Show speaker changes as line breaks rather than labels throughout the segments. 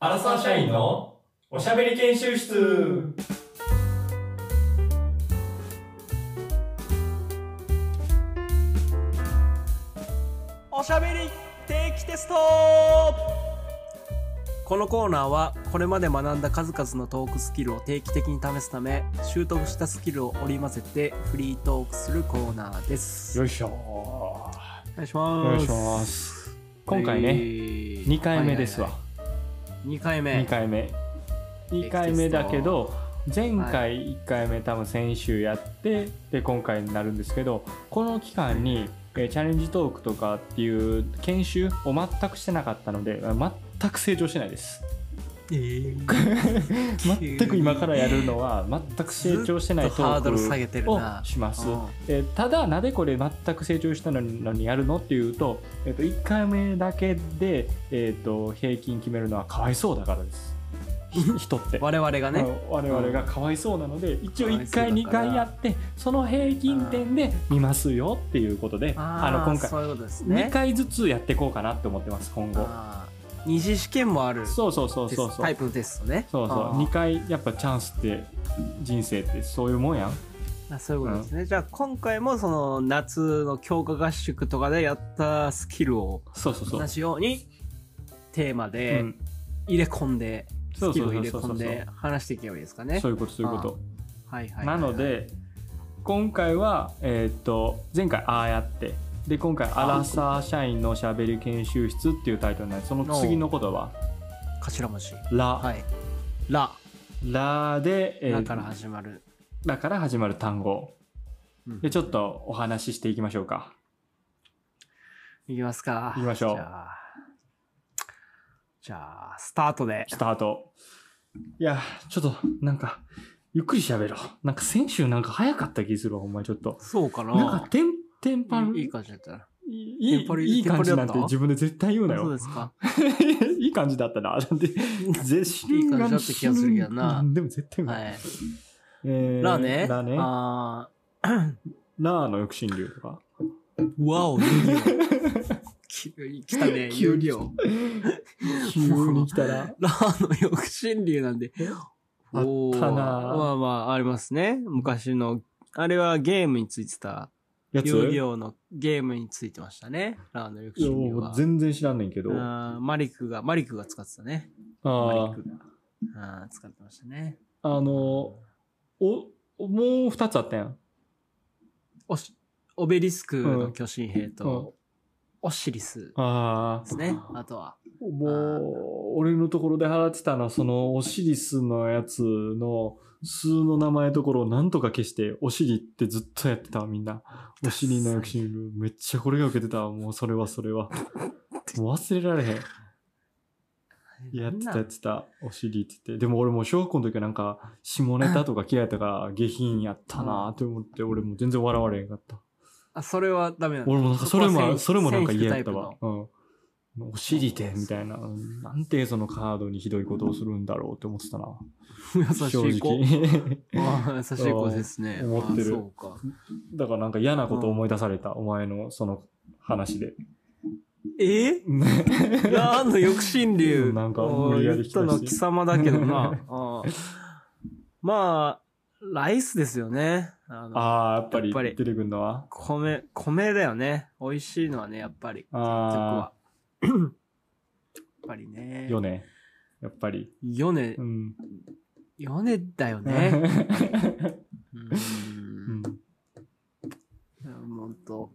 アラサー社員のおしゃべり研修室
おしゃべり定期テストこのコーナーはこれまで学んだ数々のトークスキルを定期的に試すため習得したスキルを織り交ぜてフリートークするコーナーです。
よいしょ
お願いします。
お願いします今回ね
えー
2回目ですわ、
はいはいはい、2回目。
二2回目2回目だけど前回1回目多分先週やってで今回になるんですけどこの期間にえーチャレンジトークとかっていう研修を全くしてなかったのであ全く成長してないです
えー
全く今からやるのは全く成長してないト
ずっとハードル下
ー
げてる
クを
な
します
うん
えーただなぜこれ全く成長したのにのにやるのっていうと,、えー、と1回目だけで、えー、と平均決めるのはかわいそうだからですひ 人って。
我々が
あ
ね、
の我々がかわいそうなので、一応
かわい
1
そうだから
回2回やってその平均点で見ますよっていうことであ
ー
の今回
そういうことです
2
ね。
回ずつやっていこうかなって思ってます今後
あー二次試験もある
そうそうそう
テス
そうそう
タイプのテストね。
そうそう
あー
2回やっぱチャンスって人生ってそういうもんやん
あそういうことですね、じゃあ今回もその夏の強化合宿とかでやったスキルを
そうそうそう
同、じようにテーマ
う
で
ん、
入れ込んで、
そう
スキ
そ
ル
うそう
を入れ
そうそ
込
うん
で話していけばいいですかね
そういうことそういうこと
はいはいはい
なので今回はえーっと前回ああやってで今回「アラサー社員のしゃべり研修室」っていうタイトルなんでその次の言葉
頭文字
「ラ」
はい「ラ」
ラ」で、えー
ラから始まる
ラから始まる単語
うん
でちょっとお話ししていきましょうか
いきますか
いきましょう
じゃあじゃあスタートで
スタートいやちょっとなんかゆっくりしゃべろうなんか先週なんか早かった気するわお前ちょっと
そうかな
なんかテンテンパ
いい
る
い感じだったない
い
テンパり
いい感じなん
テンパりだってた
自分で絶対言うなよ
そ うですか
いい感じだったな。なんで、絶
いい感じだった気がするけどな
うんでも絶対うま。
はいい
えー
ラね
ラね。
あー
ラーの抑止流とか。
わお、流量。急に来たね、
急
流
に
量。
急に来たら。
ラーの抑止流なんで。
あったな
おーまあまあ、ありますね。昔の、あれはゲームについてた、
やつ
流量のゲームについてましたね。ラーの抑
いや
止流
も
は
う。全然知らんねんけど。あ
あーマリクが、マリクが使ってたね。マリ
あ
クがあー使ってましたね。
あの、お、もう二つあったやん。
おしオベリスクの巨神兵と、オシリス
うんあ
ですね。あとは。
あ、もう、俺のところで払ってたのは、その、オシリスのやつの、数の名前のところをなんとか消して、お尻ってずっとやってたわ、みんな。お尻の抑止力、めっちゃこれが受けてたわ、もうそれはそれは。もう忘れられへん。やってたやってた、お尻って言って。でも俺もう小学校の時はなんか、下ネタとか嫌いやったから、下品やったなって思って、俺もう全然笑われへんかった。
あ、それはダメなんだ
俺もなんかそれ
こ
も、
は線
それもなんか
線引く
嫌
タ
やっ
イ
た
プの
わ。うん。お尻で、みたいな。なんてそのカードにひどいことをするんだろうって思ってたな。
優しい子。
直。
ああ優しい子ですね。
思ってる
ああそうか。
だからなんか嫌なことを思い出された、お前のその話 で。
えラーの抑止流。
なんか無理やり来たし
おー言ったの貴様だけど な。ああまあ、ライスですよね。あの
ああ、やっぱ
や
り
っぱ
出
り
てくるのは。
米、米だよね。美味しいのはね、やっぱり。結局
あ
は。やっぱり
あ、
ね。
よね。やっぱり。
ヨネ
う、ん。
ヨネだよね。う
うんん。
本当。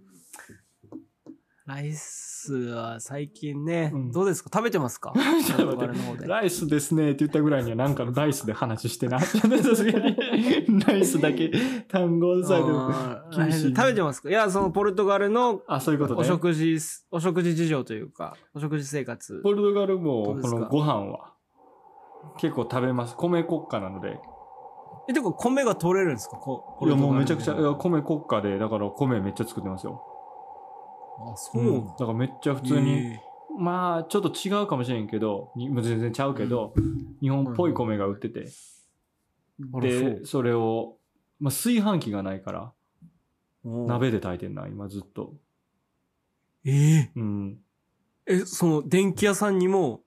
ライスは最近ね、
うん
どうですか食べてま すか
ちょっと待
我々の方
って
で
ライスですねって言ったぐらいにはなんかライスで話してな。さすがに。ライスだけ単語さ
あー
厳しいね
食べてますかいや、そのポルトガルの
あ、そういうこと
お
ね。
食事、お食事事情というか、お食事生活。
ポルトガルも
どうで
こ
すか
のご飯は結構食べます。米国家なので。
え、てか米が取れるんですかこ
いやもうめちゃくちゃ、い
あ、
や米国家で、だから米めっちゃ作ってますよ。
そううん
だからめっちゃ普通に。まあちょっと違うかもしれんけどにもう全然ちゃうけど、日本っぽい米が売ってて、
で
で、それを、まあ、炊飯器がないから鍋で炊いてんな今ずっと
えー
うん
え、その電気屋さんにも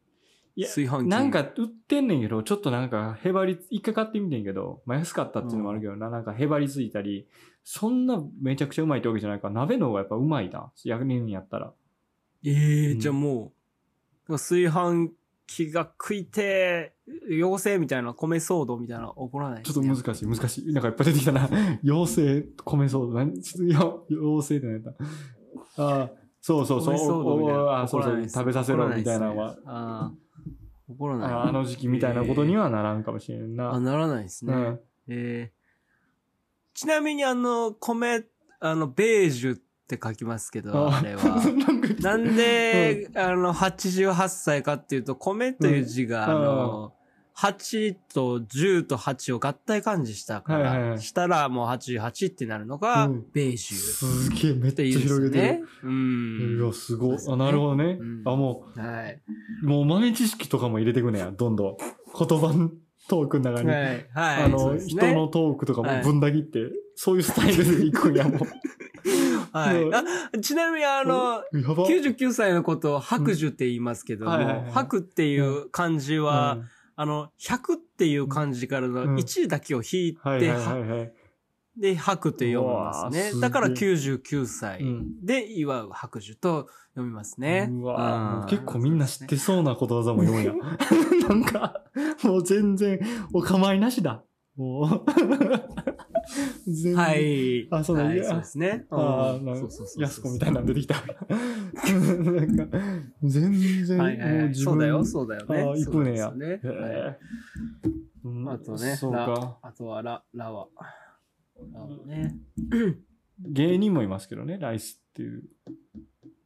いや
炊飯器。
なんか、売ってんねんけど、ちょっとなんか、へばり、一回買ってみてんけど、まあ安かったっていうのもあるけどな、なんかへばりついたり、そんなめちゃくちゃうまいってわけじゃないから、鍋の方がやっぱうまいな。やるんやったら。
ええ
うん
じゃあもう、炊飯器が食いてえ、妖精みたいな、米騒動みたいな、起こらない、
ちょっと難しい、難しい。なんかいっぱい出てきた な。妖精、米騒動。何ちょっとよ妖精ってなった。ああ、そうそうそう。
米騒動みたい
おお
な
あそう
怒ら
そ。
ないうです
食べさせろみたいなのは。
ああ。怒らない。
ああの時期みたいなことにはならんかもしれん
あ、
な。
ならないですね。
うん
えーちなみにあの、米、あの、ベージュって書きますけど、あ れは。
なんか来 た
なんで、あの、88歳かっていうと、米という字が、
うん
あの、8と10と8を合体漢字したか
はいはいは
ら、
い
したらもう88ってなるのが
うん、
ベージュ
すげえ、めっ
っ
ちゃ
ていうんですよ
広げて
ね
る。。
う。
うんわ、すごい。
そうですね
あ、なるほどね
うん。
あ、もう。
はい。
もう豆知識とかも入れてくねや、どんどん。言葉のトークの中に。
はい。はい。
あ
そう
の、
ですね
人のトークとか
は
も
い
ぶんだぎって、そういうスタイルでいくんや、もう。
はい
の
あちなみにあの、
やば。
99歳のことを白寿って言いますけども、
うんはいはいはい
白っていう漢字は、
うん
あの、100っていう漢字から
う
の
ん
1だけを引いて、
はいはいはいはい。
で、白と読みます
うわー
ね
すげ。え
だから99歳
うん
で祝う白寿と読みますね。
うわ
うん
もう結構みんな知ってそうなことわざも言うん や。なんか、もう全然、お構いなしだ。もう。 全然
はい。
あそうだ
はい
いや
そうですね。
ああ、
うん
なん
そう
か
そうそうそう、
やす子みたいなん出て きた。なんか、全然、
はいはい
も
は
う
い。
自
そう
分
だよ、そうだよね。
あー行くねや
そうですよねは
へ
い
えうん
あとね
そうか。
あとはラ、ラは。ラはね。
芸人もいますけどね、ライスっていう。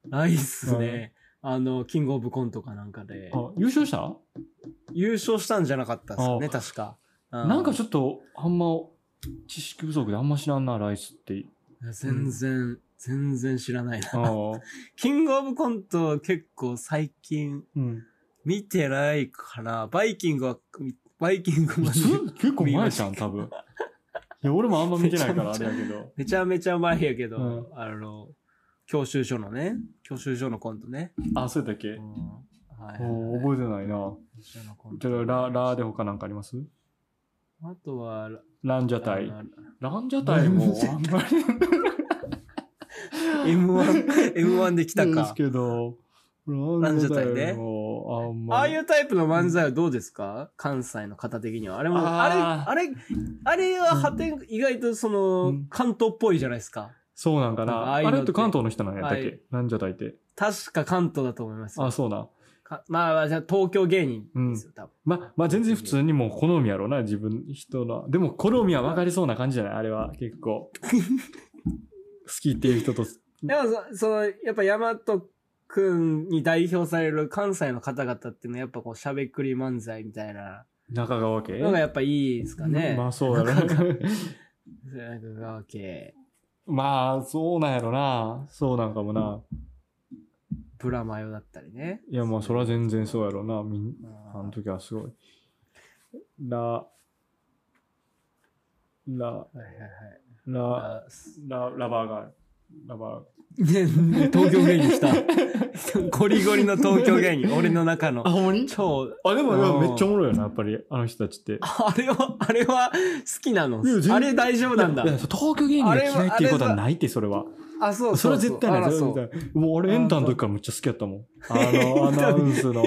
ライスね。あの、キングオブコントかなんかで、
あ、優勝した
優勝したんじゃなかったですかね、
あ
確か。
なんか
ょ
ちょっと、あんま、知識不足であんま知らんな、ライスって。
全然、全然知らないな。
ああ。
キングオブコント結構最近
うん。
見てないから、バイキングは、バイキング
い
まで
つ結構前じゃん、多分。いや、俺もあんま見てないから、あ
めち
れ
ゃ
やけど。
めちゃめちゃ前やけど、
うん
あの、教習所のね、教習所のコントね。
あ、そうだっ
う
け
んはいはい
お
はい
覚えてないな。
教習所のコン
じ
ト
ゃあ、ラ、ラーで他なんかあります
あとは、
ランジャタイ
あ。の
ランジャタイもあんまり
M1、M1 で来た
です
か。
けど、ラ
ン
ン
ジ
ジャ
ャタ
タ
イね
イもあんま
ああいうタイプの漫才はどうですか関西の方的には。あれも、あ
あー
れ、あれ、あれは破天、意外とその、
うん
関東っぽいじゃないですか。
そうなんか
なんか
な。
ああ
あ
いうのって
れって関東の人なんやったっ
はい
けランジャタイって。
確か関東だと思いますよ。
あ、そうな。
かまあ、じゃあ東京芸人ですよ、多分。
ま、まあ、全然普通にもう好みやろうな、自分、人の。でも好みは分かりそうな感じじゃないあれは結構。好きっていう人と。
でもそ、その、やっぱ大和くんに代表される関西の方々っていうのはやっぱこう、しゃべくり漫才みたいな
中川家
のがやっぱいいですかね。
まあそうやろ
なんか。
な。
中川家、
まあそうなんやろな。そうなんかもな。
ブラマヨだったりね。
いやまあそれは全然そうやろな。みん
う
あの
ん。
時はすごい。ラ、ラ、
はいはいはい。
ラ、
あ
ラ、ラバーガール。ラバーガール。
ね東京芸人来た。 ゴリゴリの東京芸人、俺の中の。
ほんまに
超、
あ、でもい
うん
やめっちゃおもろいよな、やっぱり、あの人たちって。
あれは、あれは好きなの
いや全。然
あれ大丈夫なんだ
いや。いや東京芸人が嫌いっていうことはないって、それは。
あ、そう
そうれは絶対ない。
あらそう
絶対ないもう俺、エンタの時からめっちゃ好きやったもん。あの、 アナウンスの、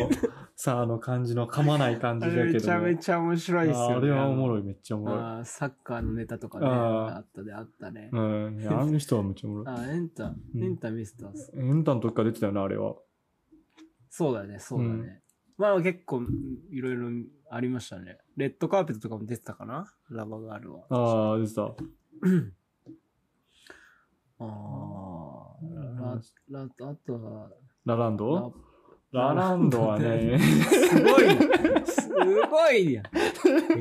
さ、あの感じの、噛まない感
あ
じだけど
れ
も。
めちゃめちゃ面白いっすよ、ね。
あれはおもろい、めっちゃおもろい。
あーサッカーのネタとかね、
あー
あったであったね。
うん。いやあの人はめっちゃおもろい。
あーエンタ、
うん
エンタミスターズ。
エンタの時から出てたよな、あれは。
そうだね、そうだね。
うん
まあ結構うんいろいろありましたね。レッドカーペットとかも出てたかなラバーガールは。
ああ、出てた。
ああ、ラ、ラ、あとは、
ララン
ラ
ドラランドは ね、
すごいなすごいやん。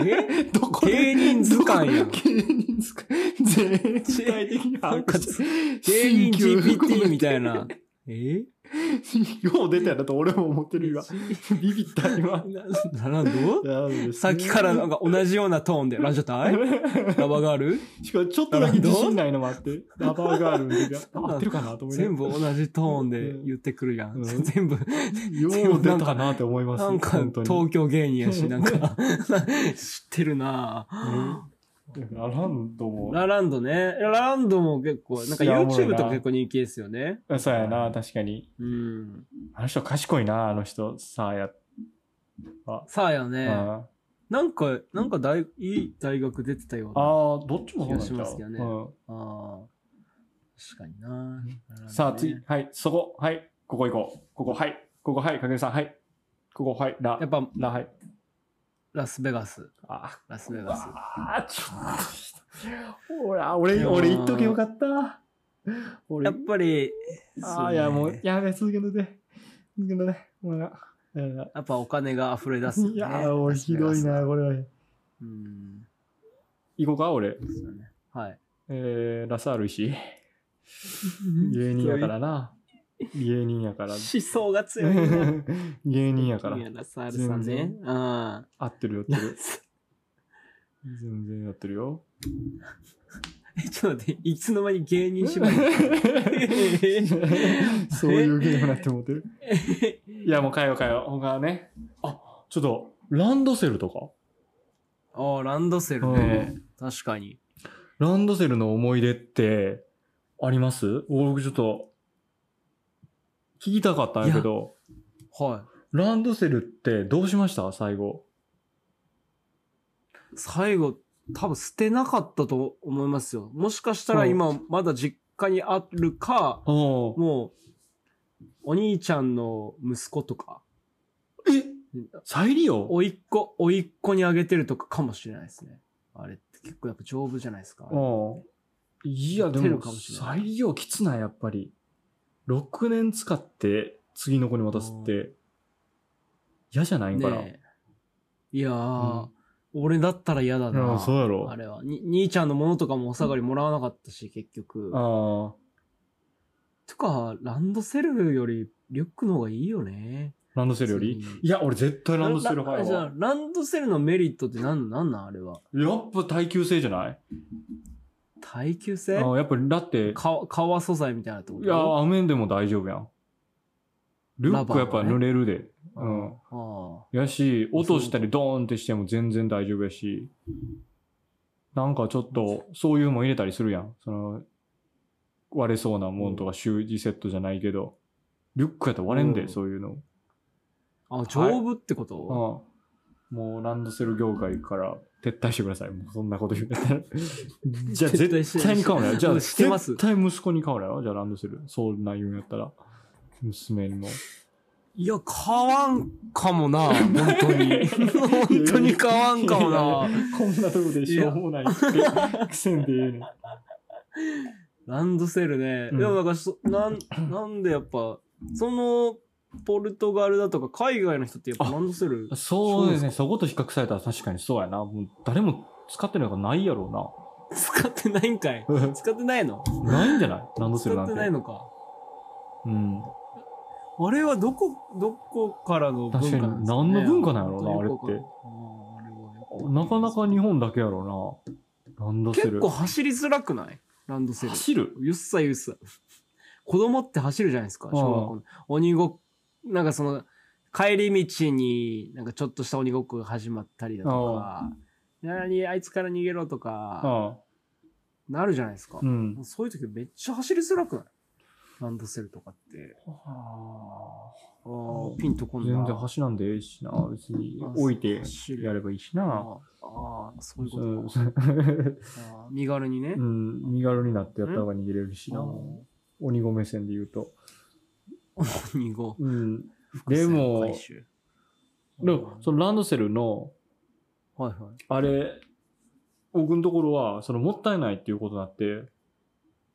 え
どこ
芸人図鑑やん
どこ芸人図鑑。全体的に把握して
芸人 GPT みたいな。え
よう出たやろと俺も思って るが。ビビった今。
な、な、どう
なんですね
さっきからなんか同じようなトーンで、ラジャタイラバーガール
しかもちょっとだけ自信ないのもあって、ラバーガールの時は、
んな
あ合ってるかなと思いなが
全部同じトーンで言ってくるやん。
うん
全部、
らよう出たなって思います。
なんか
本当に。
東京芸人やし、なんか、知ってるなぁ。
ラランドも。
ラランドね。ラランドも結構、なんか
いやおもろい
YouTube
な
とか結構人気ですよね。
あそうやな、確かに。
うん。
あの人賢いな、あの人。さあや。
さあや
う
ね。
んあ
なんか、なんか大、いい大学出てたよう
あ
な。あ
ー、どっちもそうなんちゃ
気がしま
う
すけどね
う
あー。確かにな、
んさあ次、はい、そこ、はい、ここ行こう。ここ、はい、ここ、はい、かけるさん、はい。ここ、はい、ラ
やっ、ぱ、
ラ、はい。
ラスベガス。
あ
ラスベガス。
あ、ちょっと。ほら、俺、俺言っとけよかった。俺
やっ、ぱり、
あ
そ
あ、
ね
いや、もう、やべ、続けてて。続けてて。ほら。うん
やっぱお金が溢れ出すよね。
いやー、俺、ひどいな、
ラスベガスは
これは。
うん。
行こうか、俺。
そうですよね。はい。
えー、ラサール石。芸人やからな。芸人やから
思。想が強いな。
芸人やから。
宮田沙織さんね
全。
うん。
合ってるよ、合ってる。全然合ってるよ。
え、ちょっと待って、いつの間に芸人縛り
そういうゲームになって思ってる。
え
いや、もう変えよう変えよう。他はね。あ、ちょっと、ランドセルとか
ああ、ランドセルね。確かに。
ランドセルの思い出って、あります俺僕ちょっと、聞きたかったんやけど、
は
ランドセルってどうしました最後。
い。最後、多分捨てなかったと思いますよ。もしかしたら今、まだ実家にあるか、
お
もう、お兄ちゃんの息子とか、
え再利用
おいっ子、おいっ子にあげてるとかかもしれないですね。あれって結構やっぱ丈夫じゃないですか。
うん。いや、で
出る
も
かもしれ、ない
再利用きつない、やっぱり。6年使って、次の子に渡すって、嫌じゃないんかな。
ねえいやー、
うん
俺だったら嫌だ
う
な。
んそうやろ
あれは。に兄ちゃんのものとかもお下がりもらわなかったし、結局。
ああ、
とか、ランドセルよりリュックの方がいいよね。
ランドセルより
普通に
いや、俺絶対ランドセル
ラ
派
じ
や
ゃあ
わ。
ランドセルのメリットってなんなんなんあれは。
やっぱ耐久性じゃない
耐久
あ
性
ーやっぱり、だって、
か革素材みたいなってこと
いや、雨でも大丈夫やん。リュックやっぱ
ラバーの
濡
ね
れるで。う
うん
ん。
あ
やし、落としたりドーンってしても全然大丈夫やし、なんかちょっと、そういうのも入れたりするやん。その、割れそうなもんとか修理セットじゃないけど、リュックやったら割れん
う
で、
ん
そういうの。
あ。あ、丈夫ってこと、
うん。もうランドセル業界から撤退してください。もうそんなこと言う たら。じゃあ絶対に買うなよ。じゃあ
うんしてます
絶対息子に買うなよ。じゃあランドセル。そんな言うんやったら。娘にも。
いや、買わん かもな、本当に。本当に買わんかも な。
こんなとこでしょうもないってくせんでええねん。
ランドセルね。
うん
でもなんかそ、なん、なんでやっぱ、その、ポルトガルだとか海外の人ってやっぱランドセル。
そうですね。そこと比較されたら確かにそうやな。もう誰も使ってないからないやろ
使ってないんかいう
な。
使ってないの
ないんじゃないランドセ
使
ルな
っ
ん
て
て。
ないのか。
うん。
あれはどこ、どこからの文化
確かに
なんですか
何
ね
の文化なんやろうな
本当によく
なか
わかんないあーあれはよくわかんい
なか日本だけやろうな。ランドセル。
結構走りづらくないランドセル。
走る。
ゆっさゆっさ。子供って走るじゃないですか、
うん
小学校の。鬼ごっなんかその、帰り道になんかちょっとした鬼ごっこが始まったりだとか、なにあいつから逃げろとか、
ああ。
なるじゃないですか
う。ん。
そういう時めっちゃ走りづらくないランドセルとかって。あーピンとこんな
全然走らんでええしな。別に
あ
置いて
走る
やればいいし
あ
な。
ーあー、そういう
そ
こと
う
か。あー身軽にね
う。ん。身軽になってやった方が逃げれるし
あ
な。
ー
鬼子目線で言うと。
鬼ご。
うん。 でも
伏線回収
でもそのランドセルの、
はいはい。
あれ、僕のところは、そのもったいないっていうことになって、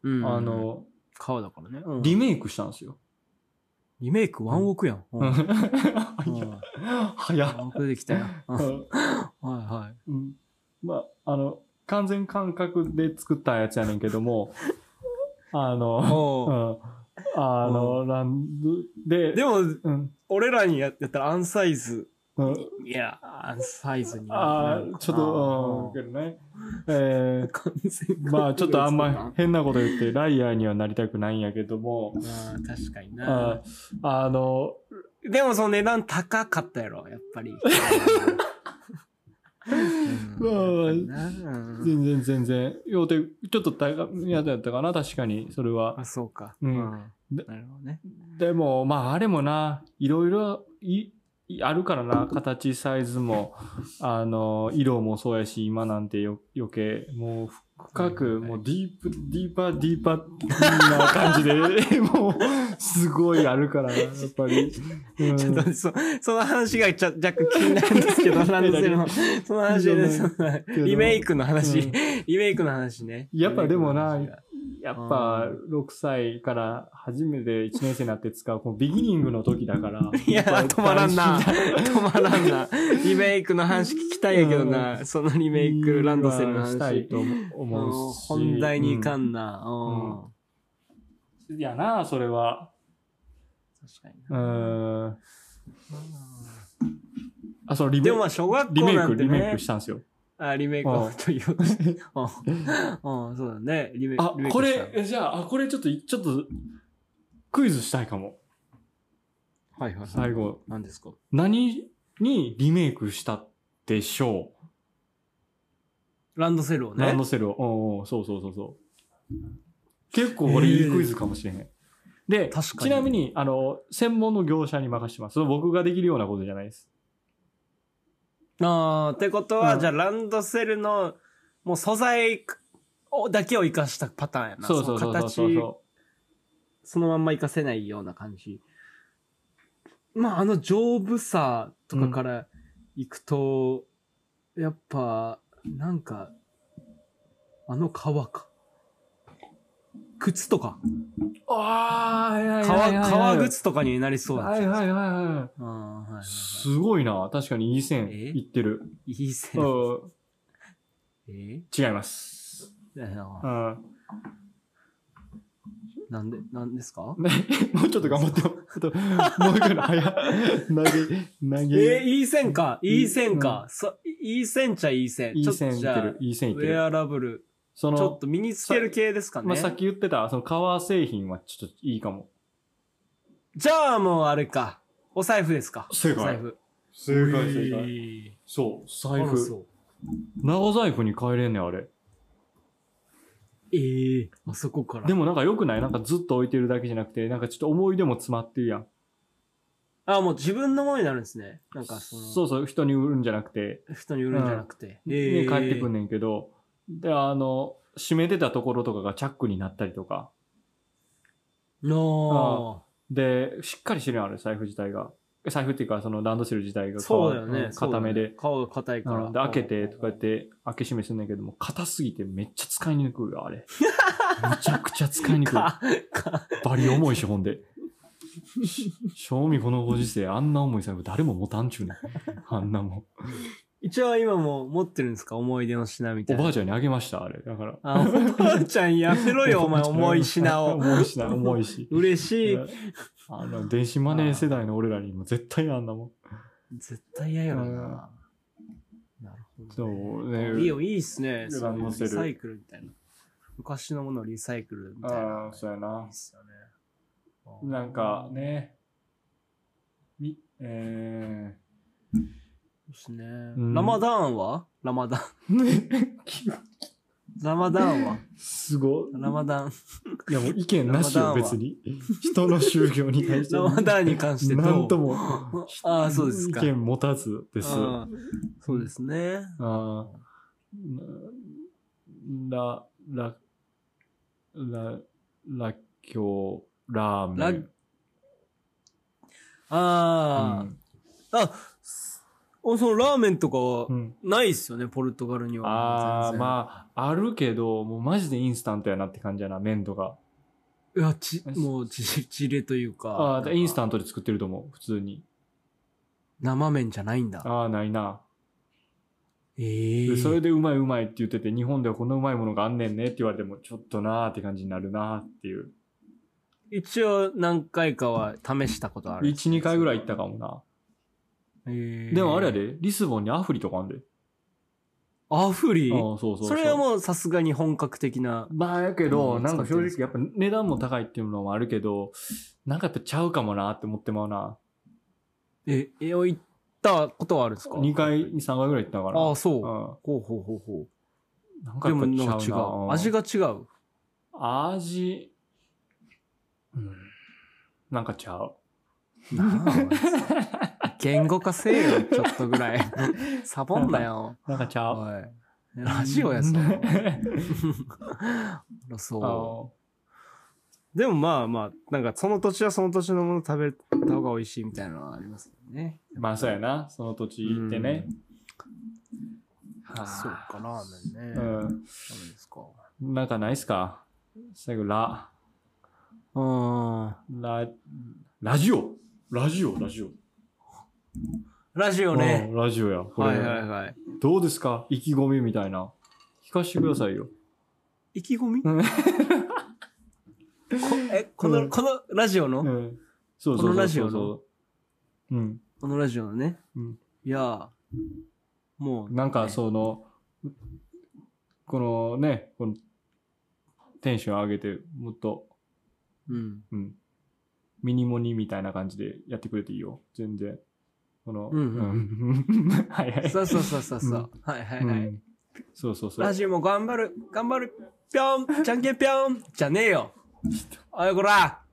うん
あ、の、
川だからね。うん
リメイクしたんですよ。
リメイクワンオクやん。うんうんワ
早っ。
ンオクできたよ。うんはいは
うんまあ、あの、完全感覚で作ったやつやねんけども、あ
い。
の、
お
う
ー
んあの、ランドで、
でも、
うん、
俺らにややったらアンサイズ。
うん
いや、アンサイズに
ああ、ちょっと、うん、けどね。えー
完 全
まあちょっとあんま
り。
変なこと言ってライアーにはなりたくないんやけども、
まあ確かに
あ
な。
あの、
でもその値段高かったやろ、やっ ぱり。
まあ
うんやっぱりなうん
全然全然、要点、ちょっと高いやつやったかな、確かに、それは
あ、。そうか。
うんで
なるほどね。
でも、まああれもな、いろいろいいあるからな、形、サイズも、あの、色もそうやし、今なんてよ余計、もう深く、もうディープ、ディーパー、ディーパーな感じ で、もう、すごいあるからな、やっぱり。うん
ちょっとそ、その話がちゃ若干気になるんですけど、なんですけど、その話で、そのリメイクの話、
うん
リメイクの話ね。
やっぱでもな
リメイクの話が
やっぱ6歳から初めて1年生になって使う、このビギニングの時だから。
いや、
っぱ
止まらんな。止まらんな。リメイクの話聞きたいんやけどな、そのリメイク、ランドセルの
し
話。
たいと
もう
思うし。
本題にいかんな。うん
うん。いやな、それは。
確かに
う
な。
ん。あ、そう、リメ
でもまあ、小学
リ
校
メイ
な
ク、
んて
リメイ
ね
クし。たんですよ。
あ、リメイク
うん
ということで。うん、うんそうだね。リメイク。
あ
リメ、イク
こ
した
れ、えじゃあ、あこれちょっと、ちょっと、クイズしたいかも。
はいはいはい。
最後。
何ですか
何にリメイクしたでしょう
ランドセルをね。
ランドセルを。おうおうそうそうそうそう。結構これいいクイズかもしれへん。で、
確かに
ちなみに、あの、専門の業者に任してます。それ僕ができるようなことじゃないです。
ああ、ってことは、
うん
じゃあランドセルの、もう素材をだけを生かしたパターンやな。
そうそうそうそうそう
の形、そのまんま生かせないような感じ。まあ、あの丈夫さとかからいくと、やっぱ、なんか、あの革か。靴とか。
ああ、いやいやいやいや
革、革靴とかになりそうな
は
気
い
が
は
する。
いはいは。
あーはいはいい
すごいな。確かにいい線
え
いってる。
いい線。
うん
え
違います。
ー
うん
なんで、なんですか
もうちょっと頑張ってよ。ちょっともう一回の早い。投げ、投
えー、
げ。
いい線か。
い
いい線か。そいい線っちゃいい線。
い
ち
い
ょっと
線いっ
じ
て
ゃあ
る。いい線いっ
ウ
て
ェ
る。
アラブル。
そ
ちょっ
の、
と身につける系ですかね。
まあ、さっき言ってた、その革製品はちょっといいかも。
じゃあもうあれか。お財布ですか。
正解
お財布。
正
うい
そう、財
あら
布。
そう
長財布に変えれんねん、あれ。
ええあそこから。
でもなんか良くないなんかずっと置いてるだけじゃなくて、なんかちょっと思い出も詰まってるやん。
あ、もう自分のものになるんですね。なんかその、
そうそう、人に売るんじゃなくて、
人に売るんじゃなくて。
ね、帰ってくん
ね。
ねんけど、で、あの、閉めてたところとかがチャックになったりとか。
の
で、しっかりしてるやん、あれ、財布自体が。財布っていうか、そのランドセル自体が
そうだよね
ん。固めで。
顔が硬いから
うん、。で開けてとかやって開け閉めすんねんけども硬すぎてめっちゃ使いにくいよあれめちゃくちゃ使いにくい
か、か、
バリ重いしほんで正味このご時世あんな重い財布誰も持たんちゅうねんあんなも
一応今も持ってるんですか思い出の品み
ん
た
お
いな。
ばあちゃんにあげましたあれだから
あ、おばあちゃんやめろよ、お前、重い品を。
重い品重いし
嬉しい。
あの電子マネー世代の俺らにも絶対あんなもん
絶対嫌やろな。なるほ
そ
どね。
うね
いいよ、いいっすね。
ランドセル
リサイクルみたいな。昔のものをリサイクルみたいな。
ああそうや
いい
な
っすよね。
なんかねみえ
そうですね。
ん
ラマダーンはラマダン。
ー
ラマダー ンは
すごい
ラマダン。
いやもう意見なし
ラマ
よ、
ダンは
別に。人の宗教に対して。
ラマダーンに関してどう
なんとも。
ああ、そうですか。
意見持たずです。あ
あーそうですね。
あ。ラ、ラ、ラ、ラッキョラーメン。
ああ、あ、おそのラーメンとか
う
は
ん。
ないっすよね、ポルトガルには。
ああ、
あ。
まあ、あるけど、もうマジでインスタントやなって感じやな、麺とか。
いや、ち、もう、ち、ちれというか。
ああ、インスタ
ン
ントで作ってると思う、普通に。
生麺じゃないんだ。
ああ、ないな。
ええ
でそれでうまいうまいって言ってて、日本ではこんなうまいものがあんねんねって言われても、ちょっとなーって感じになるなーっていう。
一応何回かは試したことある。
1、2回ぐらい行ったかもな。
えー
でもあれや。で、リスボンにアフリとかあんで。
アフリ
ああ、そうそうう
それはもうさすがに本格的な。
まあやけ
う
ど、
ん
なんか正直
使
やっぱ値段も高いっていうのもあるけど、なんかやっぱちゃうかもなって思ってまうな。
え、え、行ったことはあるんですか
2回、2、3回ぐらい行ったから。
ああ、そう。
う
ほうほうほうほ
ん。なん
う。
か
で
やっぱ
も
ちゃう
なん
な
か違う。味
が。
が違う。
味。うん。なんかちゃう。
なあ言語化せえよ、ちょっとぐらい。 サボんなよ。
なんかちゃう。
おい。ラジオやぞ。
あ
そ
の
う。でもまあまあ、なんかその土地はその土地のもの食べた方が美味しいみたいなのはありますよね。
まあそうやな。その土地行ってね。はあ
そうかな、ね。
う
ダメ
ん。
ですか。
なんかないっすか最後、ラ、
うん。
ラ、ラジオラジオラジオ。
ラジオね。
うんラジオや。これ、
はいはいはい。
どうですか意気込みみたいな。聞かせてくださいよ。
意気込み
うん
こえ、こ
う
の、
ん
このラジオの
うん。そうそうそうそう。
このラジオの
うん。
このラジオのね。
うん
いやーもう、
なんかその、このね、この、テンション上げて、もっと、
うん。
うん。ミニモニみたいな感じでやってくれていいよ。全然。この、
うんうん
うん はいはい。
そうそうそうそうそう。はいはいはい。
うんそうそうそう。
ラジオも頑張る、頑張る、ぴょん、じゃんけんぴょん、じゃねえよ。おいこら、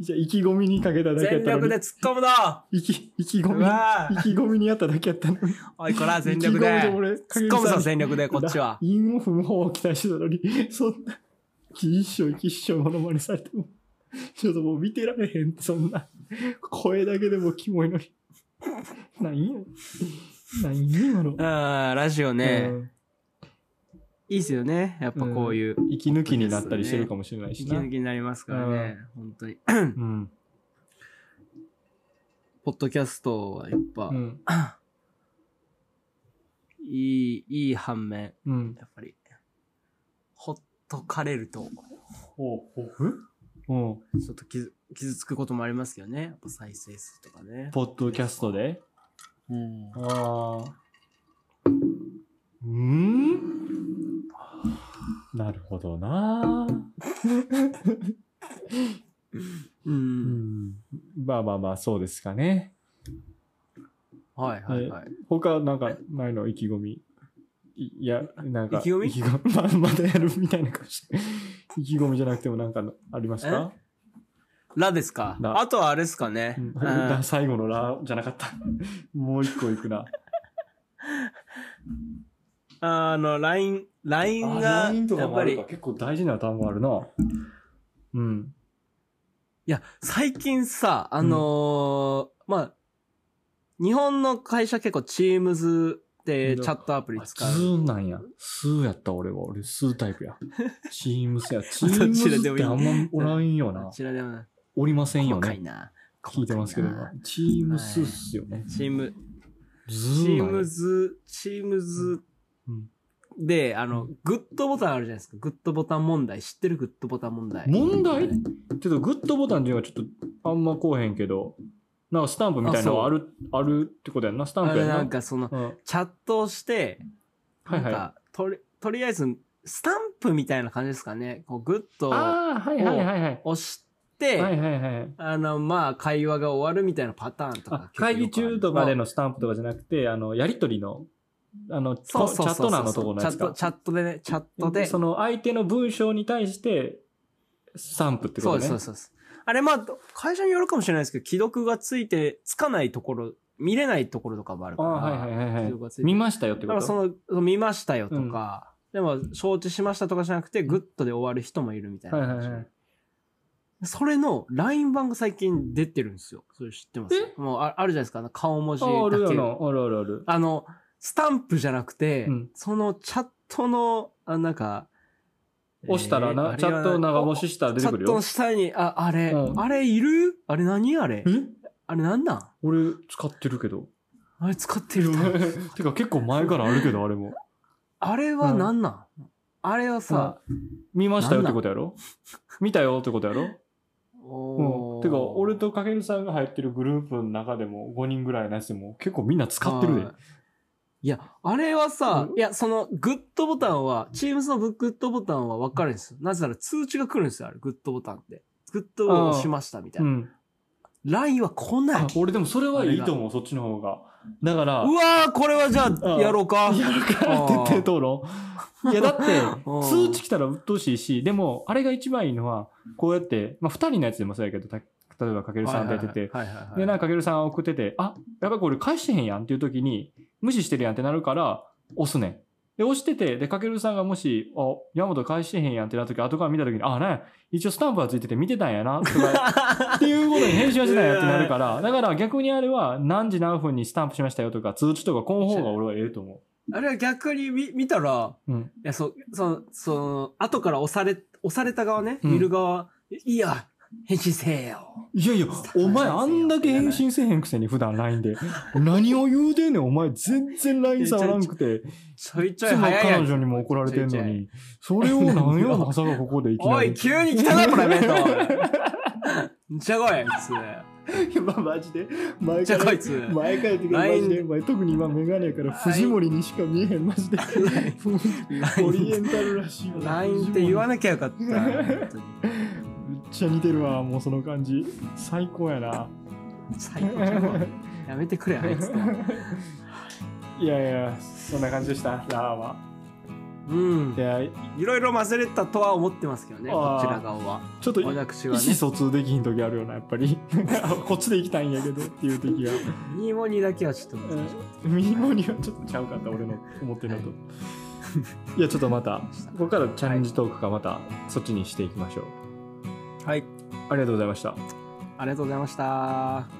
じゃあ意気込みにかけただけやっ
全
たの
力
に
で。突っ込むな。
意気、意気込
う
み。
わ
意気込みにやっただけやったのに。
おいこら、全力で。
意気込み
突っ
俺
込むぞ、全力で、こっ ちは。
韻を踏む方を期待してたのに、そんな、一生一生モノマネされても、ちょっともう見てられへん、そんな。声だけでもキモいのに。何や、何や今の。
あーラジオね、
うん
いいっすよね。やっぱこういう、
息抜きになったりしてるかもしれないし
息
な。
抜きになりますからね。本当に。
うん。
ポッドキャストはやっぱ、
うん。
いい、いい反面、
うん。
やっぱり、ほっとかれると、
ほう、ほう。うん。
ちょっと傷傷つくこともありますけどね。やっぱ再生数とかね。
ポッドキャストで
うん
ああ。うんなるほどな。う
う。
んん。まあまあまあ、そうですかね。
はいはいはい。
他、なんか、ないの意気込み。いいや、なんか。
意気込み
み まあまたやるみたいな感じ。意気込みじゃなくてもなんかのありますか、
ラですか
ラ
あとはあれですかね
う。ん
うん
ラ最後のラじゃなかった。 もう一個いくな。
あの、LINE、LINE が、やっぱり、い
結構大事な単語あるな。うん。
や、最近さ、あのー、まあ、日本の会社結構 Teams でチャットアプリ
あ
使
ズ
う。
ーなんや。スーやった俺は。俺スータイ プや。チームスや。チー
ど
ム
ち
ス
らでも
っ
い
て
い
あんまおらんよ な
こ。ちらでもない、
おりませんよ
細かい
ね。
な。
聞いてますけど
細か
今
いな。
チームスっすよね。
チーム、
ズ
チ
ー
ー
なん
ム
や。
ズ、チームズ
うん
で、あの
う、
グッドボタンあるじゃないですか。グッドボタン問題。知ってるグッドボタン問題。
問題ちょっとグッドボタンっていうのはちょっとあんまこうへんけど、なんかスタンプみたいなのはあ
あ
る、あるってことやんな。スタン
あ
プやん
れ
な。
なんかその、
うん、
チャットをして、
はい
な
は
ん
い。
かとり、とりあえず、スタンプみたいな感じですかね。こう、グッと
ああー、はいはいはいはい。
押して、
はいはいはい。
あの、まあ、会話が終わるみたいなパターンと
あ
か。
会議
結構
中
よくある
とかでのスタンプとかじゃなくて、あの、やりとりの、あの、チ
そ
ャ
うそうそう
ッ
そう
ト欄のところのやつ
チャッ
か
ト、。チャットでね、チャットで。
その相手の文章に対して、スタンプってこ
そ
とね。
うです、そうですそうです。あれ、まあ、会社によるかもしれないですけど、既読がついて、つかないところ、見れないところとかもある
あ
から。
あ、はいはいはいはい
既読がついて。
見ましたよって
だ
こ
か
と
らその、その見ましたよとか、でも、承知しましたとかじゃなくて、グッドで終わる人もいるみたいな
はい
感
は
じ
い
で
はい。
それの LINE 版が最近出てるんですよ。それ知ってますもうああるじゃないですか。あの顔文字
あ
だ
あ、あるよ
け。
な。あるあるある。
あの、スタンプじゃなくて、
うん
そのチャットの、あなんか、
押したらな、
えー
チャットを長押ししたら出
チ
て
ャ
くる
ットの
よ。
下に、あ、あれ、
うん
あれいるあれ何あれ
え
あれなんなん
俺使ってるけど。
あれ使ってる。
てか結構前からあるけど、あれも。
あれはなんなん、あれはさ、
見ましたよってことやろ見たよってことやろうん、てか、俺とかけるさんが入ってるグループの中でも5人ぐらいのやつでも結構みんな使ってるで
はい。いや、あれはさ、
うん
いや、その、グッドボタンは、チームズのグッドボタンは分かるんですよ。なぜなら通知が来るんですよ、あれ、グッドボタンって。グッドボタン押しました、みたいうな。
ん。
LINE は来ない。
あ
う
俺でもそれはいいと思う、そっちの方が。だから、
わー、これはじゃあ、やろうか。
やるから
あー
徹底討論。いや、だって、
うん
通知来たら鬱陶しいし、でも、あれが一番いいのは、こうやって、まあ、二人のやつでもそうやけど、た例えばかけるさん出てて、
はいはいはいはいはい
で、
は。
ないんか かけるさん送ってて、あ、やばいこれ返してへんやんっていう時に、無視してるやんってなるから、押すねん。で、押してて、で、かけるさんがもし、あ、山本返してへんやんってなった時、後から見た時に、あ、なんや一応スタンプはついてて見てたんやな、と か、っていうことに返信はしないやってなる から、だから逆にあれは、何時何分にスタンプしましたよとか、通知とか、この方が俺はええと思
あれは逆に見見たら、
う。うん。
いや、そ、その、その、後から押され、押された側ね、
うん
見る側、いいや、返信せえよ。
いやいや、お前あんだけ返信せへんくせに普段 LINE で。何を言うてんねん、お前全然 LINE 触らんくて。
ちょい
い
ちょい
つも
早いや
彼
ん
女にも怒られてん
ちょ
の
いちょい
に、それを何よ、まさかここでいきな
おい、
り。
急に来 たな、プライベート。んちゃこい、普通。
い、まあマジで。前
じゃあこい つ
前から言ってくれ
LINE
マジで。お前特に今メガネやから藤森にしか見えへん、マジで。オリエンタルらしいわ。
LINE って言わ
ない。
なきゃよかった。本当に
めっちゃ似てるわ、もうその感じ。最高やな。
最 高じゃんやめてくれ、あいつと。
いやいや、そんな感じでした、ラーは。
うん
い。や、
いろいろ混ぜれたとは思ってますけどね、
あー
こちら側は。
ちょっと意
私はね
思、疎通できひん時あるよな、やっぱり。こっちで行きたいんやけどっていう時が。
ニーモニーだけはちょっと難しかっ
ミニモにはちょっとちゃうかった、俺の思ってるのと。いや、ちょっとまた、ここからチャレンジトークかまた、そっちにしていきましょう。
た。はい、
ありがとうございました。
ありがとうございました。